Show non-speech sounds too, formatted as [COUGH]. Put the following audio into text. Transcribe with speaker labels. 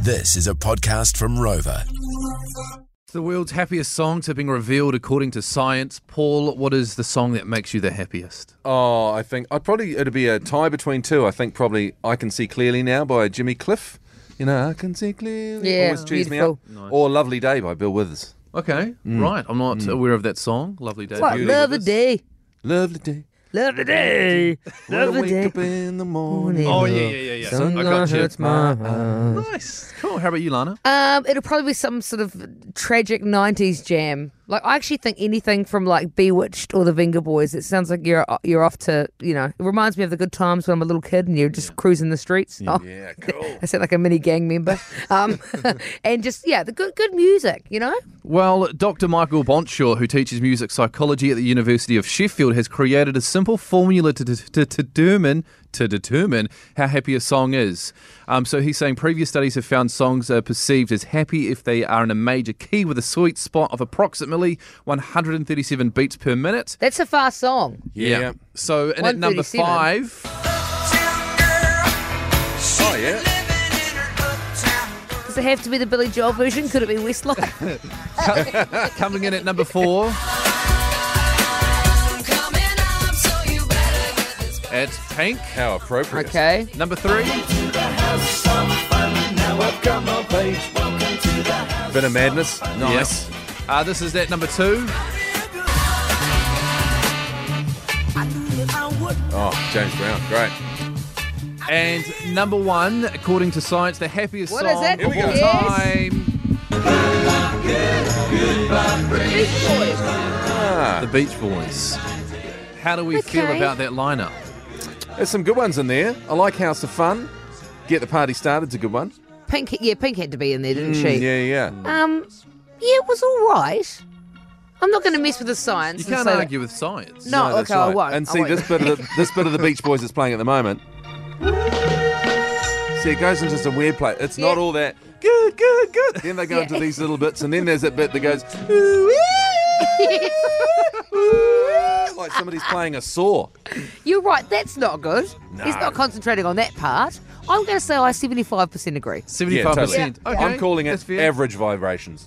Speaker 1: This is a podcast from Rover.
Speaker 2: The world's happiest songs have been revealed according to science. Paul, what is the song that makes you the happiest?
Speaker 3: Oh, I think I'd probably it'd be a tie between two. I think probably I can see clearly now by Jimmy Cliff. You know, I can see clearly.
Speaker 4: Yeah,
Speaker 3: always cheers me
Speaker 4: beautiful.
Speaker 3: up. Or Lovely Day by Bill Withers.
Speaker 2: Okay,
Speaker 4: Mm.
Speaker 2: right. I'm not aware of that song. Lovely day.
Speaker 4: What
Speaker 2: Beauty.
Speaker 4: love a day,
Speaker 3: Lovely day.
Speaker 4: love a day,
Speaker 3: When
Speaker 4: love
Speaker 3: I
Speaker 4: a
Speaker 3: wake
Speaker 4: day.
Speaker 3: up in the morning.
Speaker 2: Oh yeah, yeah, yeah, yeah. I
Speaker 4: Sunlight
Speaker 2: got you.
Speaker 4: hurts my heart.
Speaker 2: Nice. Cool. How about you, Lana?
Speaker 4: Um, it'll probably be some sort of tragic '90s jam. Like I actually think anything from like Bewitched or the Venga Boys. It sounds like you're you're off to you know. It reminds me of the good times when I'm a little kid and you're just cruising the streets. Oh,
Speaker 3: Yeah,
Speaker 4: [LAUGHS]
Speaker 3: cool.
Speaker 4: I sound like a mini gang [LAUGHS] member. Um, and just yeah, the good good music. You know.
Speaker 2: Well, Dr. Michael Bonshaw, who teaches music psychology at the University of Sheffield, has created a simple formula to, to, to determine to determine how happy a song is. Um, so he's saying previous studies have found songs are perceived as happy if they are in a major key with a sweet spot of approximately 137 beats per minute.
Speaker 4: That's a fast song.
Speaker 3: Yeah.
Speaker 2: So, and at number
Speaker 4: 137.
Speaker 2: five, [LAUGHS]
Speaker 3: Oh yeah.
Speaker 4: Does it have to be the Billy Joel version? Could it be Westlife?
Speaker 2: coming in at number four, it's Pink.
Speaker 3: How appropriate.
Speaker 4: [LAUGHS] okay.
Speaker 2: Number three.
Speaker 3: Bit of madness. Nice.
Speaker 2: Yes. Uh, this is at number two.
Speaker 3: Oh, James Brown. Great.
Speaker 2: And number one, according to science, the happiest
Speaker 4: What is
Speaker 2: song
Speaker 4: it? Here
Speaker 2: of
Speaker 4: we go.
Speaker 2: all
Speaker 4: Yes.
Speaker 2: time.
Speaker 4: Beach Boys.
Speaker 3: Ah.
Speaker 2: The Beach Boys. How do we feel
Speaker 4: Okay.
Speaker 2: about that lineup?
Speaker 3: There's some good ones in there. I like House of Fun. Get the party started's a good one.
Speaker 4: Pink. Yeah, Pink had to be in there, didn't she?
Speaker 3: Yeah, yeah.
Speaker 4: Um, yeah, it was all right. I'm not going to mess with the science.
Speaker 2: You
Speaker 4: and
Speaker 2: can't
Speaker 4: say that-
Speaker 2: argue with science.
Speaker 4: No,
Speaker 3: that's
Speaker 4: okay, I
Speaker 3: right.
Speaker 4: won't.
Speaker 3: And
Speaker 4: I
Speaker 3: see
Speaker 4: won't.
Speaker 3: this bit
Speaker 4: [LAUGHS]
Speaker 3: of the, this bit of the Beach Boys that's playing at the moment. See, it goes into some weird play. It's not
Speaker 4: Yeah.
Speaker 3: all that good, good, good. Then they go
Speaker 4: Yeah.
Speaker 3: into
Speaker 4: [LAUGHS]
Speaker 3: these little bits, and then there's that bit that goes "Ooh, [LAUGHS] wee, wee," like somebody's playing a saw.
Speaker 4: You're right. That's not good. He's
Speaker 3: No.
Speaker 4: not concentrating on that part. I'm going to say I 75% agree.
Speaker 2: 75%.
Speaker 3: Yeah, totally.
Speaker 2: Okay,
Speaker 3: I'm calling
Speaker 2: that's
Speaker 3: it
Speaker 2: fair.
Speaker 3: average vibrations.